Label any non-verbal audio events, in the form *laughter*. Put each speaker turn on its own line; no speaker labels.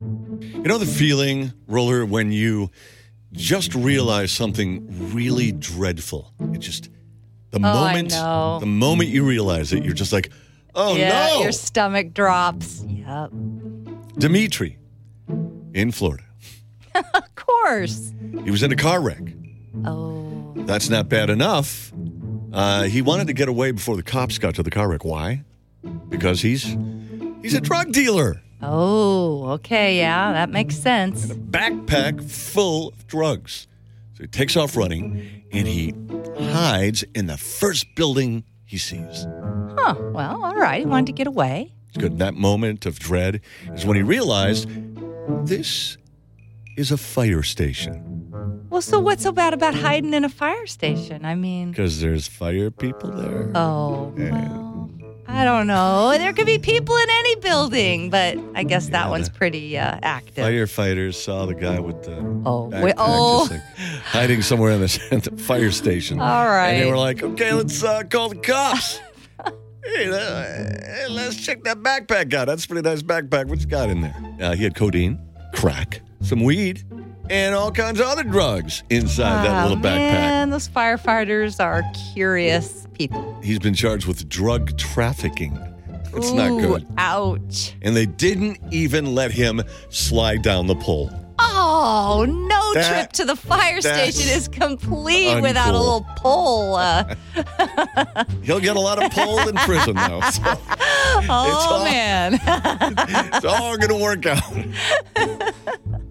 You know the feeling, Roller, when you just realize something really dreadful. It just the
Oh, I
moment
know.
the moment you realize it, you're just like, oh
yeah,
no.
your stomach drops. Yep.
Dimitri in Florida.
Of course.
He was in a car wreck.
Oh,
That's not bad enough. Uh, he wanted to get away before the cops got to the car wreck. Why? Because he's he's a drug dealer.
oh, okay, yeah, that makes sense.
backpack full of drugs. So he takes off running and he hides in the first building he sees.
Huh? Well, all right. He wanted to get away.
It's good. That moment of dread is when he realized this is a fire station
Well, so what's so bad about hiding in a fire station? I mean,
because there's fire people there.
oh, well, I don't know. There could be people in any building, but I guess that one's pretty uh, active.
Firefighters saw the guy with the
Oh,
backpack
we- oh.
just like hiding somewhere in the, *laughs* at the fire station.
All
And they
right.
were like, okay, let's uh, call the
*laughs*
cops. hey, uh, hey, let's check that backpack out. That's a pretty nice backpack. What's it got in there? Uh, he had codeine, crack, some weed, and all kinds of other drugs inside that
Oh,
little backpack.
man, those firefighters are curious people.
He's been charged with drug trafficking. It's
Ooh,
not good.
Ouch.
And they didn't even let him slide down the pole.
Oh, no
That-
trip to the fire
that's
station is complete without a
uncool.
little pole.
*laughs*
Uh,
He'll get a lot of pole in prison, though. *laughs* So
oh,
all-
man.
it's all going to work out.